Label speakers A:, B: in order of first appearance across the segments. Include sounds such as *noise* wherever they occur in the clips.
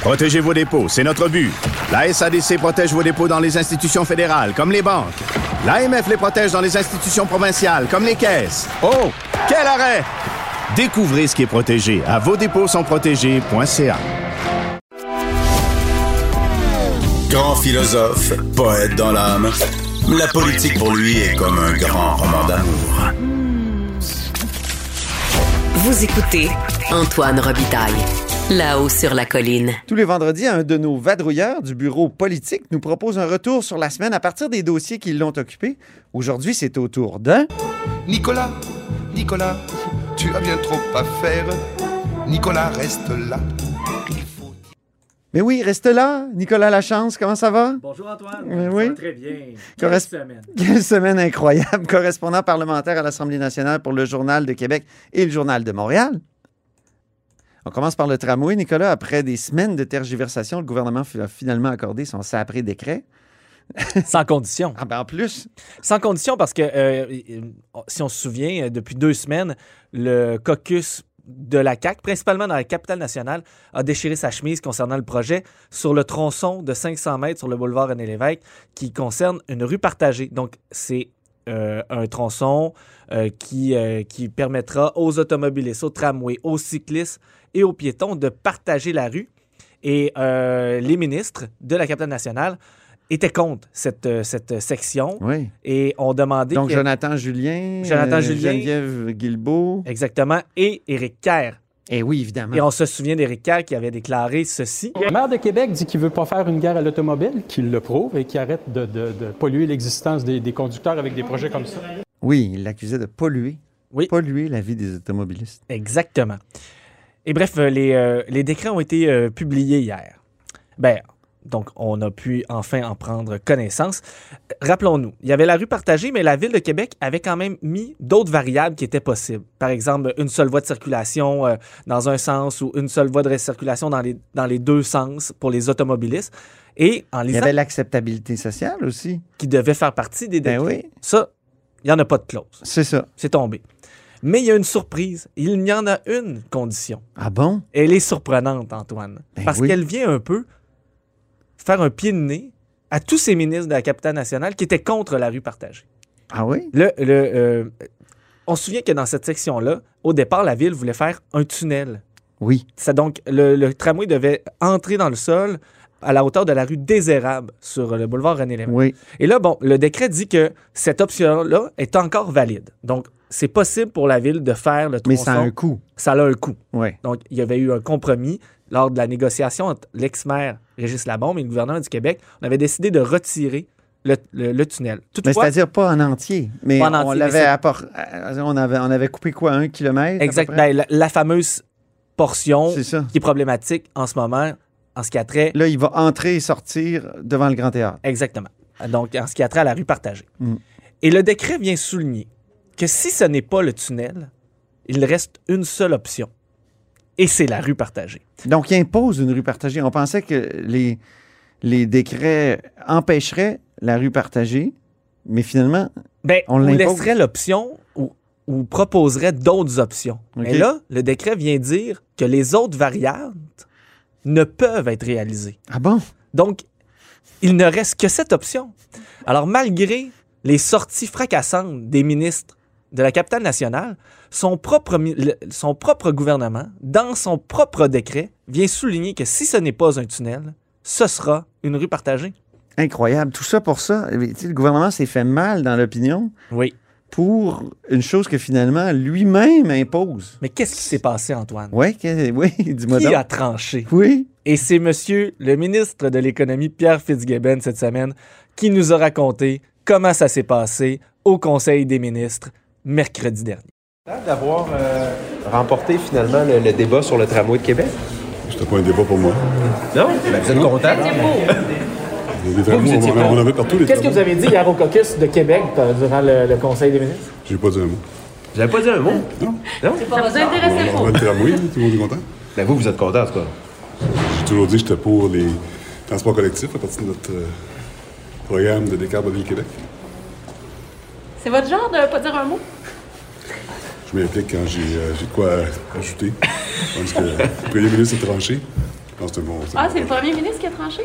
A: Protégez vos dépôts, c'est notre but. La SADC protège vos dépôts dans les institutions fédérales, comme les banques. L'AMF les protège dans les institutions provinciales, comme les caisses. Oh, quel arrêt! Découvrez ce qui est protégé à vos dépôts sont protégés.ca.
B: Grand philosophe, poète dans l'âme. La politique pour lui est comme un grand roman d'amour.
C: Vous écoutez Antoine Robitaille, là-haut sur la colline.
D: Tous les vendredis, un de nos vadrouilleurs du bureau politique nous propose un retour sur la semaine à partir des dossiers qui l'ont occupé. Aujourd'hui, c'est au tour d'un.
E: Nicolas, Nicolas, tu as bien trop à faire. Nicolas, reste là.
D: Mais oui, reste là, Nicolas Lachance, comment ça va?
F: Bonjour Antoine.
D: Euh, oui.
F: Ça va très bien.
D: Corres-
F: Quelle semaine.
D: Quelle semaine incroyable! *laughs* Correspondant parlementaire à l'Assemblée nationale pour le Journal de Québec et le Journal de Montréal. On commence par le tramway, Nicolas. Après des semaines de tergiversation, le gouvernement fi- a finalement accordé son sapré décret.
F: Sans condition.
D: Ah ben en plus,
F: Sans condition parce que, euh, euh, si on se souvient, euh, depuis deux semaines, le caucus de la CAQ, principalement dans la capitale nationale, a déchiré sa chemise concernant le projet sur le tronçon de 500 mètres sur le boulevard René Lévesque qui concerne une rue partagée. Donc, c'est euh, un tronçon euh, qui, euh, qui permettra aux automobilistes, aux tramways, aux cyclistes et aux piétons de partager la rue. Et euh, les ministres de la capitale nationale étaient contre cette, euh, cette section
D: oui.
F: et ont demandé
D: Donc
F: que-
D: Jonathan Julien,
F: Jonathan Julien.
D: Geneviève Guilbeault.
F: exactement et Éric Kerr.
D: Et Eh oui, évidemment.
F: Et on se souvient d'Éric Kerr qui avait déclaré ceci.
G: Le maire de Québec dit qu'il ne veut pas faire une guerre à l'automobile, qu'il le prouve et qu'il arrête de, de- de polluer l'existence des, des conducteurs avec des projets comme ça.
D: Oui, il l'accusait de polluer.
F: Oui.
D: Polluer la vie des automobilistes.
F: Exactement. Et bref, euh, les, euh, les décrets ont été euh, publiés hier. Ben, donc, on a pu enfin en prendre connaissance. Euh, Rappelons-nous, il y avait la rue partagée, mais la Ville de Québec avait quand même mis d'autres variables qui étaient possibles. Par exemple, une seule voie de circulation euh, dans un sens ou une seule voie de circulation dans les, dans les deux sens pour les automobilistes. Et en
D: Il y
F: lisant
D: avait l'acceptabilité sociale aussi.
F: qui devait faire partie des décrets,
D: Ben oui,
F: ça, il n'y en a pas de clause.
D: c'est ça.
F: C'est tombé. Mais il y a une surprise. Il y en a une condition.
D: Ah bon?
F: Elle est surprenante, Antoine.
D: Ben
F: parce
D: oui.
F: qu'elle vient un peu faire un pied de nez à tous ces ministres de la capitale nationale qui étaient contre la rue partagée.
D: Ah oui?
F: Le, le, euh, on se souvient que dans cette section-là, au départ, la ville voulait faire un tunnel.
D: Oui.
F: C'est donc le, le tramway devait entrer dans le sol à la hauteur de la rue des Érables sur le boulevard René Lévesque.
D: Oui.
F: Et là, bon, le décret dit que cette option-là est encore valide. Donc, c'est possible pour la ville de faire le
D: Mais
F: tronçon.
D: ça a un coût.
F: Ça a un coût.
D: Oui.
F: Donc, il y avait eu un compromis lors de la négociation entre l'ex-maire Régis Labombe et le gouvernement du Québec. On avait décidé de retirer le, le- le tunnel.
D: Mais
F: Toutefois,
D: c'est-à-dire pas en entier. Mais
F: Pas en
D: on
F: entier,
D: l'avait
F: mais c'est-
D: apport- euh, on avait, on avait coupé quoi, un kilomètre? à
F: exact,
D: peu près?
F: ben, la, la fameuse portion
D: C'est ça.
F: qui est problématique en ce moment en ce qui a trait
D: Là, il va entrer et sortir devant le Grand Théâtre.
F: Exactement. Donc, en ce qui a trait à la rue partagée.
D: Mm.
F: Et le décret vient souligner que si ce n'est pas le tunnel, il reste une seule option. Et c'est la rue partagée.
D: Donc, il impose une rue partagée. On pensait que les, les décrets empêcheraient la rue partagée, mais finalement,
F: Ben,
D: On
F: on,
D: l'impose.
F: laisserait l'option ou, ou proposerait d'autres options.
D: OK.
F: Mais là, le décret vient dire que les autres variantes ne peuvent être réalisées.
D: ah bon?
F: Donc, il ne reste que cette option. Alors, malgré les sorties fracassantes des ministres de la capitale nationale, son propre, mi- le- son propre gouvernement, dans son propre décret, vient souligner que si ce n'est pas un tunnel, ce sera une rue partagée.
D: Incroyable. Tout ça pour ça. Mais, tu sais, Le gouvernement s'est fait mal dans l'opinion
F: Oui.
D: pour une chose que finalement lui-même impose.
F: Mais qu'est-ce qui s'est passé, Antoine?
D: Ouais, que- oui, *laughs* dis-moi
F: Qui
D: donc.
F: a tranché?
D: Oui,
F: Et c'est monsieur le ministre de l'économie Pierre Fitzgibbon cette semaine qui nous a raconté comment ça s'est passé au Conseil des ministres mercredi dernier.
H: d'avoir remporté finalement le, débat sur le tramway de Québec. C'était pas un débat pour moi.
F: Non? Ben, vous êtes content?
H: Les travaux,
G: Vous, vous étiez
H: on, en-
G: pas.
H: on en avait partout les
G: Qu'est-ce que vous avez dit hier au caucus de Québec euh, durant le, le Conseil des ministres?
H: J'ai pas dit un mot.
G: Vous n'avez pas dit un mot?
I: C'est pas vous intéresser
H: On va le tramway, là, tout le monde est content.
F: Ben vous, vous êtes content, en tout cas.
H: J'ai toujours dit que j'étais pour les transports collectifs à partir de notre euh, programme de décarboner le Québec.
I: C'est votre genre de pas dire un mot?
H: Je m'implique quand j'ai euh, j'ai de quoi ajouter. Tandis que le premier ministre est tranché. Je pense que c'est un bon. c'est un
I: Ah,
H: bon
I: c'est le premier ministre qui a tranché?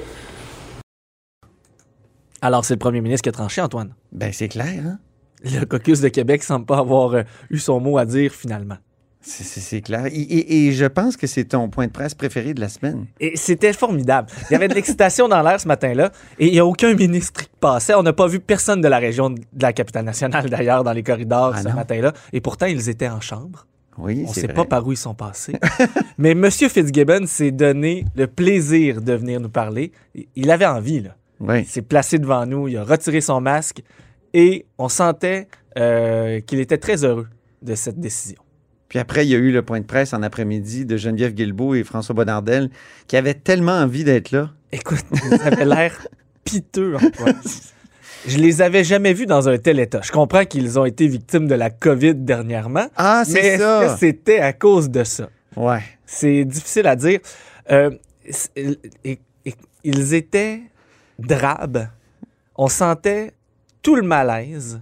F: Alors, c'est le premier ministre qui a tranché, Antoine.
D: Ben, c'est clair, hein?
F: Le caucus de Québec semble pas avoir euh, eu son mot à dire, finalement.
D: C'est- C'est c'est clair. Et, et- et je pense que c'est ton point de presse préféré de la semaine.
F: Et c'était formidable. Il y avait de l'excitation dans l'air ce matin-là et il n'y a aucun ministre qui passait. On n'a pas vu personne de la région de la capitale nationale d'ailleurs dans les corridors ce
D: Ah non.
F: matin-là. Et pourtant, ils étaient en chambre.
D: Oui,
F: On ne
D: c'est
F: sait
D: vrai.
F: pas par où ils sont passés. Mais M. Fitzgibbon s'est donné le plaisir de venir nous parler. Il- Il avait envie, là.
D: Oui.
F: Il s'est placé devant nous, il a retiré son masque et on sentait euh, qu'il était très heureux de cette décision.
D: Puis après, il y a eu le point de presse en après-midi de Geneviève Guilbeault et François Bonnardel qui avaient tellement envie d'être là.
F: Écoute, ils
D: *laughs*
F: avaient l'air piteux. Antoine. Je les avais jamais vus dans un tel état. Je comprends qu'ils ont été victimes de la COVID dernièrement.
D: Ah, c'est
F: mais est-ce
D: ça.
F: que c'était à cause de ça?
D: Ouais.
F: C'est difficile à dire. Euh, c'est- et- et- ils étaient drabes. On sentait tout le malaise.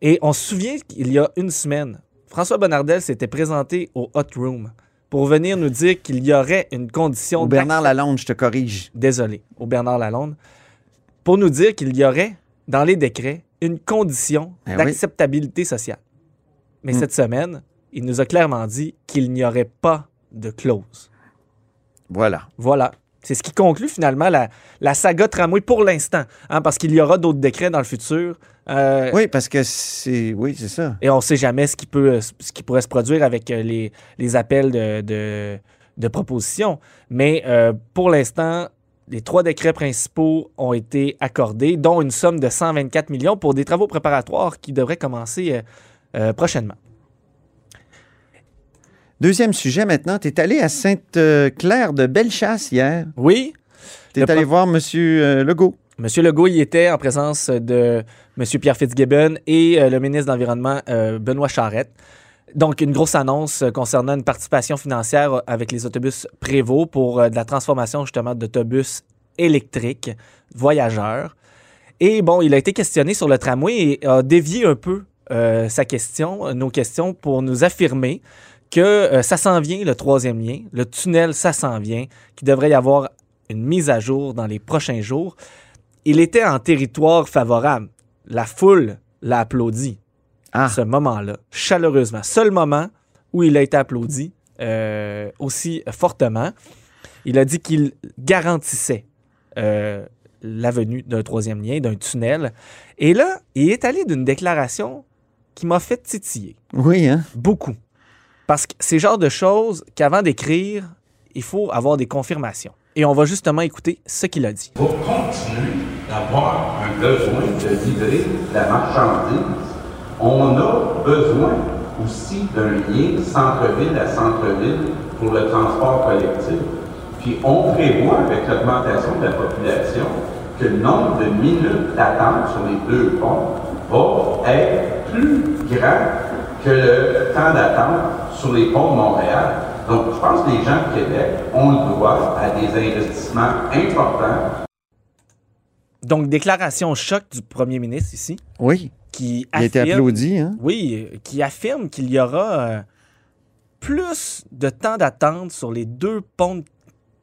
F: Et on se souvient qu'il y a une semaine, François Bonnardel s'était présenté au Hot Room pour venir nous dire qu'il y aurait une condition
D: Au Bernard Lalonde, je te corrige.
F: désolé, au Bernard Lalonde, pour nous dire qu'il y aurait, dans les décrets, une condition
D: Ben oui.
F: d'acceptabilité sociale. Mais cette semaine, il nous a clairement dit qu'il n'y aurait pas de clause.
D: Voilà.
F: Voilà. C'est ce qui conclut finalement la, la saga tramway pour l'instant, hein, parce qu'il y aura d'autres décrets dans le futur. Euh,
D: Oui, parce que c'est. Oui, c'est ça.
F: Et on ne sait jamais ce qui, peut, euh, ce qui pourrait se produire avec euh, les, les appels de, de, de propositions. Mais euh, pour l'instant, les trois décrets principaux ont été accordés, dont une somme de 124 millions pour des travaux préparatoires qui devraient commencer euh, euh, prochainement.
D: Deuxième sujet maintenant. Tu es allé à Sainte-Claire de Bellechasse hier.
F: Oui.
D: Tu
F: Le
D: es allé
F: pro-
D: voir M. Legault.
F: Monsieur Legault y était en présence de Monsieur Pierre Fitzgibbon et euh, le ministre de l'Environnement, euh, Benoît Charette. Donc, une grosse annonce euh, concernant une participation financière euh, avec les autobus Prévost pour euh, de la transformation justement d'autobus électriques voyageurs. Et bon, il a été questionné sur le tramway et a dévié un peu euh, sa question, euh, nos questions, pour nous affirmer que euh, ça s'en vient, le troisième lien, le tunnel, ça s'en vient, qu'il devrait y avoir une mise à jour dans les prochains jours. Il était en territoire favorable. La foule l'a applaudi
D: Ah.
F: ce moment-là, chaleureusement. Seul moment où il a été applaudi euh, aussi fortement. Il a dit qu'il garantissait euh, la venue d'un troisième lien, d'un tunnel. Et là, il est allé d'une déclaration qui m'a fait titiller
D: Oui, hein?
F: beaucoup. Parce que c'est le genre de choses qu'avant d'écrire, il faut avoir des confirmations. Et on va justement écouter ce qu'il a dit.
J: pour continuer d'avoir un besoin de livrer la marchandise, on a besoin aussi d'un lien centre-ville à centre-ville pour le transport collectif. Puis on prévoit, avec l'augmentation de la population, que le nombre de minutes d'attente sur les deux ponts va être plus grand que le temps d'attente sur les ponts de Montréal. Donc, je pense que les gens de Québec ont le droit à des investissements importants
F: Donc, déclaration choc du premier ministre ici,
D: Oui.
F: qui
D: Il a été
F: affirme-
D: applaudi, hein?
F: Oui, euh, qui affirme qu'il y aura euh, plus de temps d'attente sur les deux ponts de-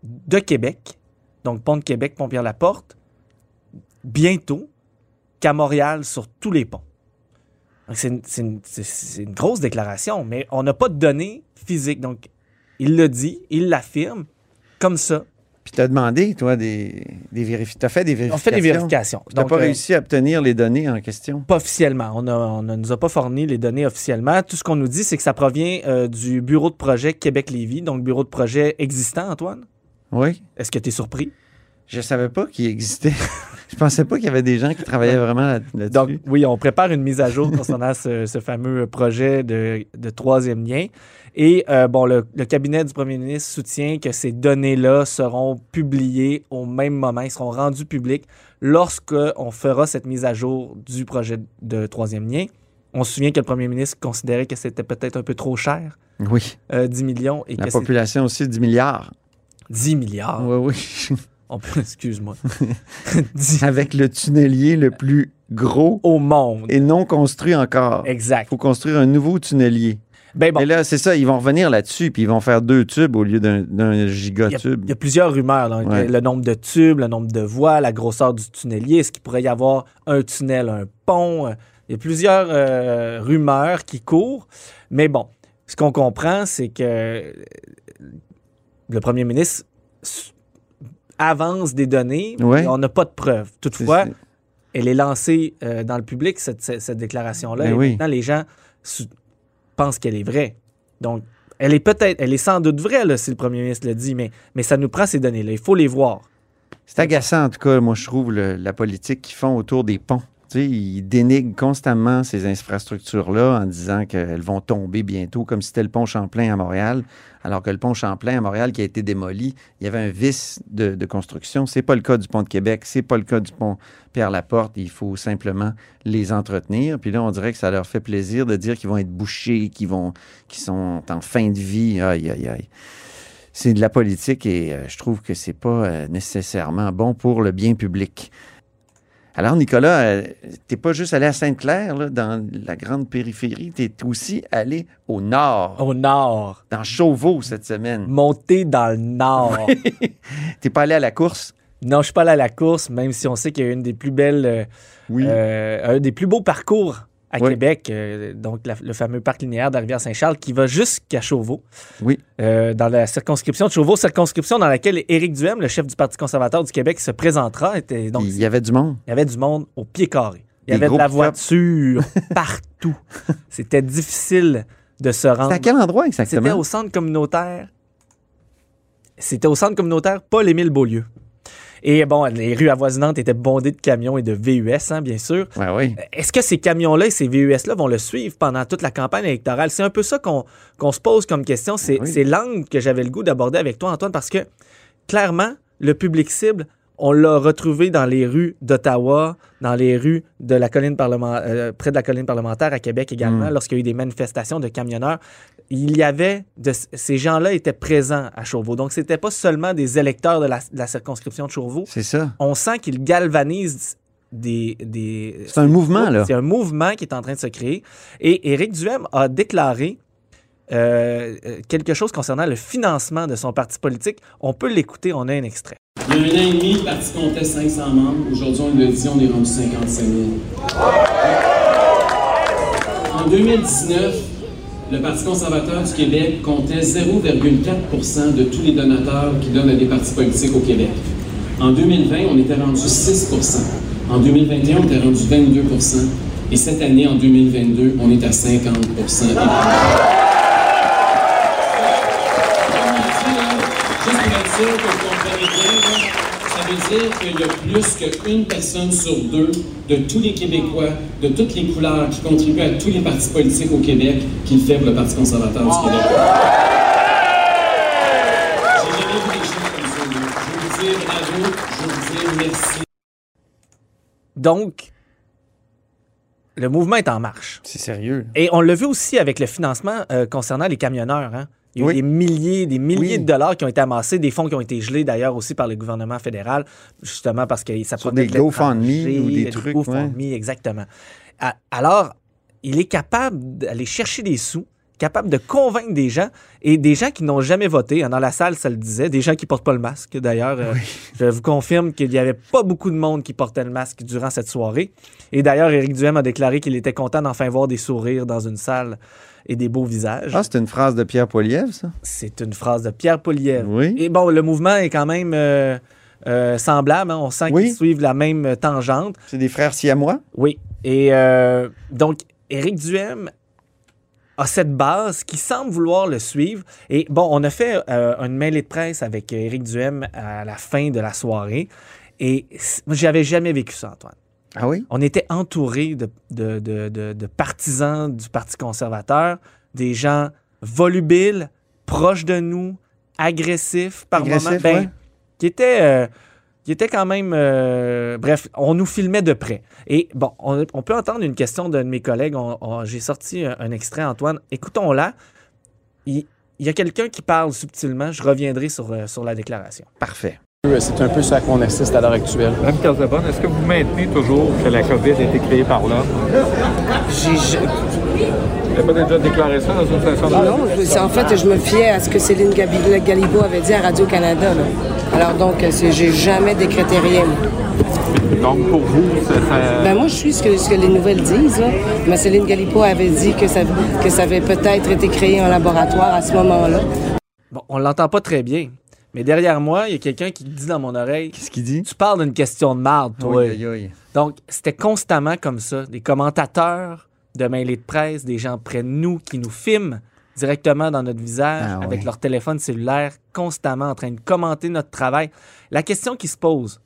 F: de Québec, donc pont de Québec, pont Pierre-Laporte, bientôt qu'à Montréal sur tous les ponts. Donc, C'est une, c'est une- c'est- c'est une grosse déclaration, mais on n'a pas de données physiques. Donc, il le dit, il l'affirme, comme ça.
D: Puis t'as demandé, toi, des, des vérifications. T'as fait des vérifications.
F: On fait des vérifications.
D: T'as
F: Donc,
D: pas
F: euh,
D: réussi à obtenir les données en question.
F: Pas officiellement. On ne nous a pas fourni les données officiellement. Tout ce qu'on nous dit, c'est que ça provient euh, du bureau de projet Québec-Lévis, donc bureau de projet existant, Antoine.
D: Oui.
F: Est-ce que tu es surpris?
D: Je savais pas qu'il existait. *laughs* Je pensais pas qu'il y avait des gens qui travaillaient vraiment là- là-dessus.
F: Donc, oui, on prépare une mise à jour concernant ce, ce fameux projet de, de troisième lien. Et euh, bon, le, le cabinet du premier ministre soutient que ces données-là seront publiées au même moment, elles seront rendues publiques lorsqu'on fera cette mise à jour du projet de troisième lien. On se souvient que le premier ministre considérait que c'était peut-être un peu trop cher,
D: oui.
F: euh, 10 millions. Et
D: La
F: que Ah. c'est-
D: population aussi, 10 milliards.
F: 10 milliards.
D: Oui, oui. *laughs*
F: On peut- *laughs* Excuse-moi.
D: Avec le tunnelier le plus gros
F: au monde.
D: Et non construit encore.
F: Exact. Ben
D: Il faut construire un nouveau tunnelier.
F: Et
D: là, c'est ça, ils vont revenir là-dessus, puis ils vont faire deux tubes au lieu d'un- d'un
F: Il y, a,
D: gigatube.
F: il y a plusieurs rumeurs. là.
D: Ouais.
F: Le nombre de tubes, le nombre de voies, la grosseur du tunnelier. Est-ce qu'il pourrait y avoir un tunnel, un pont? euh, Il y a plusieurs euh, rumeurs qui courent. Mais bon, ce qu'on comprend, c'est que euh, le premier ministre s- avance des données, mais
D: Ouais.
F: on n'a pas de preuves. Toutefois, elle est lancée euh, dans le public, cette, cette- cette déclaration-là.
D: Ben
F: et
D: oui.
F: maintenant, les gens sou- pensent qu'elle est vraie. Donc, elle est peut-être, elle est sans doute vraie, là, si le premier ministre le dit, mais, mais ça nous prend ces données-là. Il faut les voir.
D: C'est agaçant, en tout cas, moi, je trouve, le- la politique qu'ils font autour des ponts. Tu sais, ils dénigrent constamment ces infrastructures-là en disant qu'elles vont tomber bientôt, comme si c'était le pont Champlain à Montréal, alors que le pont Champlain à Montréal qui a été démoli, il y avait un vice de, de construction. C'est pas le cas du pont de Québec, c'est pas le cas du pont Pierre-Laporte. Il faut simplement les entretenir. Puis là, on dirait que ça leur fait plaisir de dire qu'ils vont être bouchés, qu'ils vont, qu'ils sont en fin de vie. Aïe, aïe, aïe c'est de la politique et euh, je trouve que c'est pas euh, nécessairement bon pour le bien public. Alors, Nicolas, euh, t'es pas juste allé à Sainte-Claire, là, dans la grande périphérie, t'es aussi allé au nord.
F: Au nord.
D: Dans Chauveau cette semaine.
F: Monter dans le nord.
D: t'es pas allé à la course?
F: *laughs* Non, je suis pas allé à la course, même si on sait qu'il y a une des plus belles, euh, euh, un des plus beaux parcours à
D: Oui.
F: Québec, euh, donc la- le fameux parc linéaire de la rivière Saint-Charles qui va jusqu'à Chauveau.
D: Oui.
F: Euh, dans la circonscription de Chauveau, circonscription dans laquelle Éric Duhem, le chef du Parti conservateur du Québec, se présentera. Était, donc,
D: Il y avait du monde.
F: il y avait du monde au pied carré. Il y
D: Des gros
F: avait de la
D: pick-up. *laughs*
F: voiture partout. C'était difficile de se rendre.
D: C'était à quel endroit exactement?
F: C'était au centre communautaire. C'était au centre communautaire Paul-Émile Beaulieu. Et bon, les rues avoisinantes étaient bondées de camions et de VUS, hein, bien sûr.
D: Ouais, oui.
F: Est-ce que ces camions-là et ces VUS-là vont le suivre pendant toute la campagne électorale? C'est un peu ça qu'on qu'on se pose comme question. C'est
D: oui.
F: c'est l'angle que j'avais le goût d'aborder avec toi, Antoine, parce que clairement, le public cible, on l'a retrouvé dans les rues d'Ottawa, dans les rues de la colline parlementaire, près de la colline parlementaire à Québec également,
D: Mm.
F: lorsqu'il y a eu des manifestations de camionneurs. Il y avait, de, ces gens-là étaient présents à Chauveau. Donc, c'était pas seulement des électeurs de la, de la circonscription de Chauveau.
D: C'est ça.
F: On sent qu'ils galvanisent des, des-
D: C'est un mouvement, là.
F: c'est un mouvement qui est en train de se créer. Et Éric Duhem a déclaré euh, euh, quelque chose concernant le financement de son parti politique. On peut l'écouter, on a un extrait.
K: Il y a un an et demi, le parti comptait 500 membres. Aujourd'hui, on le dit, on est rendu 55 000. En 2019, le Parti conservateur du Québec comptait 0,4 de tous les donateurs qui donnent à des partis politiques au Québec. En 2020, on était rendu 6 En 2021, on était rendu 22 Et cette année, en 2022, on est à 50 Juste pour être sûr que vous comprenez bien, là, hein, ça veut dire qu'il y a plus qu'une personne sur deux de tous les Québécois, de toutes les couleurs, qui contribuent à tous les partis politiques au Québec, qui le fait pour le Parti conservateur du Québec. J'ai jamais vu des choses comme ça. là. Je veux vous dire bravo, je veux vous dire merci.
F: Donc, le mouvement est en marche.
D: C'est sérieux.
F: Et on l'a vu aussi avec le financement euh, concernant les camionneurs. hein. Il y a eu
D: Oui.
F: des milliers, des milliers
D: Oui.
F: de dollars qui ont été amassés, des fonds qui ont été gelés d'ailleurs aussi par le gouvernement fédéral, justement parce que ça
D: Sur
F: provenait
D: des
F: de l'étranger,
D: GoFundMe ou des
F: du
D: trucs,
F: GoFundMe, exactement. A- Alors, il est capable d'aller chercher des sous, capable de convaincre des gens et des gens qui n'ont jamais voté. hein, Dans la salle, ça le disait, des gens qui portent pas le masque. D'ailleurs, euh, je vous confirme qu'il n'y avait pas beaucoup de monde qui portait le masque durant cette soirée. Et d'ailleurs, Éric Duhem a déclaré qu'il était content d'enfin voir des sourires dans une salle et des beaux visages.
D: Ah, c'est une phrase de Pierre Poilievre, ça?
F: C'est une phrase de Pierre Poilievre. Et bon, le mouvement est quand même euh, euh, semblable. hein. On sent qu'ils suivent la même euh, tangente.
D: C'est des frères siamois?
F: Oui. Et euh, donc, Éric Duhem a cette base qui semble vouloir le suivre. Et bon, on a fait euh, une mêlée de presse avec Éric Duhem à la fin de la soirée. Et c- moi, j'avais jamais vécu ça, Antoine.
D: Ah oui?
F: On était entouré de, de- de- de- de partisans du Parti conservateur, des gens volubiles, proches de nous, agressifs par
D: Agressifs,
F: moments. Ben,
D: ouais.
F: qui étaient, euh, qui étaient quand même. euh, bref, on nous filmait de près. Et bon, on, on peut entendre une question d'un de mes collègues. On- on- J'ai sorti un, un extrait, Antoine. Écoutons-la. Il, il y a quelqu'un qui parle subtilement. Je reviendrai sur, euh, sur la déclaration.
D: Parfait.
G: C'est un peu ça qu'on assiste à l'heure actuelle.
L: Mme Cazabonne, est-ce que vous maintenez toujours que la COVID a été créée par l'homme? J'ai... Vous n'avez pas déjà déclaré ça dans une station de
M: Non, je- en fait, je me fiais à ce que Céline Gabi- Galibo avait dit à Radio-Canada. là. Alors donc, euh, c'est- j'ai jamais décrété rien. moi.
L: Donc, pour vous, ça... ça-
M: Ben moi, je suis ce que, ce que les nouvelles disent. là. Mais Céline Galipo avait dit que ça, que ça avait peut-être été créé en laboratoire à ce moment-là.
F: Bon, on l'entend pas très bien. Mais derrière moi, il y a quelqu'un qui dit dans mon oreille. Qu'est-ce qu'il dit? Tu parles d'une question de marde, toi.
D: Aïe, aïe, aïe.
F: Donc, c'était constamment comme ça. Des commentateurs de mêlées de presse, des gens près de nous qui nous filment directement dans notre visage
D: Ah
F: avec
D: ouais.
F: leur téléphone cellulaire, constamment en train de commenter notre travail. La question qui se pose,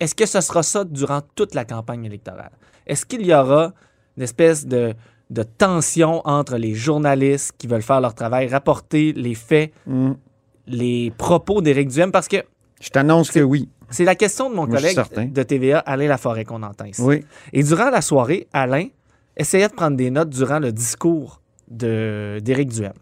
F: est-ce que ce sera ça durant toute la campagne électorale? Est-ce qu'il y aura une espèce de, de tension entre les journalistes qui veulent faire leur travail, rapporter les faits,
D: Mm.
F: les propos d'Éric Duhem? Parce que
D: Je t'annonce que oui.
F: c'est la question de mon
D: Moi, je suis
F: collègue
D: certain.
F: de TVA, Alain Laforêt, qu'on entend ici.
D: Oui.
F: Et durant la soirée, Alain essayait de prendre des notes durant le discours de- d'Éric Duhem.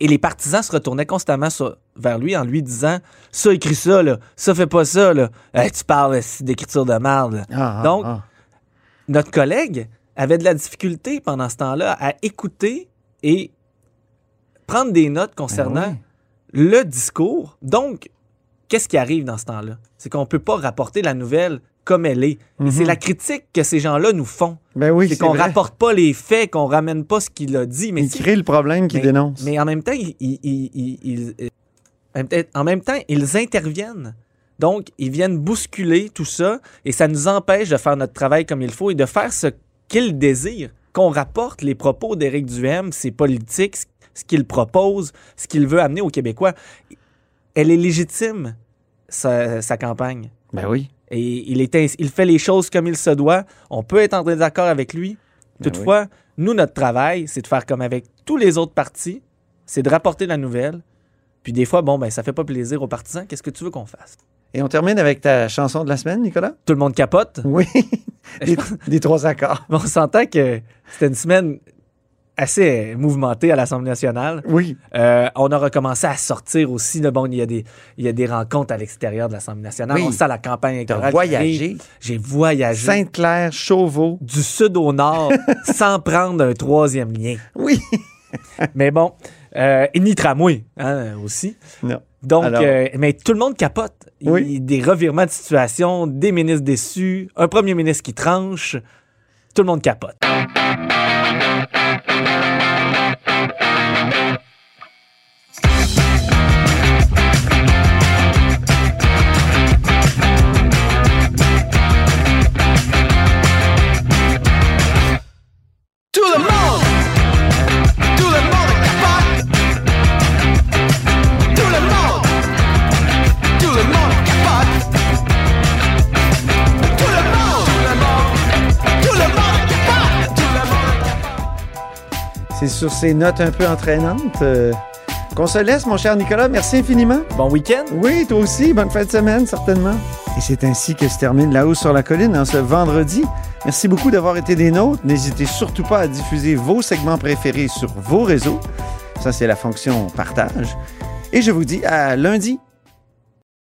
F: Et les partisans se retournaient constamment sur- vers lui en lui disant Ça, écris ça, là. ça, fait pas ça. Là. Hey, tu parles esti, d'écriture de merde. là.
D: ah,
F: Donc,
D: ah.
F: notre collègue avait de la difficulté pendant ce temps-là à écouter et prendre des notes
D: Ben
F: concernant le discours. Donc, qu'est-ce qui arrive dans ce temps-là? C'est qu'on ne peut pas rapporter la nouvelle comme elle est. Et
D: Mhm.
F: c'est la critique que ces gens-là nous font.
D: Ben oui,
F: c'est
D: c'est
F: qu'on
D: vrai.
F: rapporte pas les faits, qu'on ramène pas ce qu'il a dit. Mais
D: Il
F: si-
D: crée le problème qu'il
F: mais-
D: dénonce.
F: Mais en même temps, il- il- il- il- il- il- en même temps- en même temps, ils interviennent. Donc, ils viennent bousculer tout ça et ça nous empêche de faire notre travail comme il faut et de faire ce qu'ils désirent, qu'on rapporte les propos d'Éric Duhem, ses politiques, ce- ce qu'il propose, ce qu'il veut amener aux Québécois. Elle est légitime, sa, sa campagne.
D: Ben oui.
F: Et il, est ins- il fait les choses comme il se doit. On peut être en désaccord avec lui.
D: Ben
F: Toutefois, nous, notre travail, c'est de faire comme avec tous les autres partis, c'est de rapporter la nouvelle. Puis des fois, bon, ben, ça fait pas plaisir aux partisans. Qu'est-ce que tu veux qu'on fasse?
D: Et on termine avec ta chanson de la semaine, Nicolas?
F: Tout le monde capote?
D: Oui. *laughs* des, des trois accords.
F: Mais *laughs* on s'entend que c'était une semaine assez euh, mouvementée à l'Assemblée nationale.
D: Oui.
F: Euh, on a recommencé à sortir aussi. Là, bon, il y, a des, il y a des rencontres à l'extérieur de l'Assemblée nationale.
D: Oui.
F: On sent la campagne électorale. qui
D: voyagé.
F: arrive. J'ai voyagé.
D: Sainte-Claire, Chauveau.
F: Du sud au nord, sans prendre un troisième lien.
D: Oui.
F: mais bon, euh, et ni tramway hein, aussi.
D: Non.
F: Donc,
D: Alors-
F: euh, mais tout le monde capote. Il- Des revirements de situation, des ministres déçus, un premier ministre qui tranche. Tout le monde capote.
N: Tout le monde, tout le monde capote. Tout le monde, tout le monde capote. Tout le monde, tout le monde, tout le monde capote. Tout le monde.
D: C'est sur ces notes un peu entraînantes euh, qu'on se laisse, mon cher Nicolas. Merci infiniment.
F: Bon week-end.
D: Oui, toi aussi. Bonne fin de semaine, certainement. Et c'est ainsi que se termine La Hausse sur la colline en ce vendredi. Merci beaucoup d'avoir été des nôtres. N'hésitez surtout pas à diffuser vos segments préférés sur vos réseaux. Ça, c'est la fonction partage. Et je vous dis à lundi.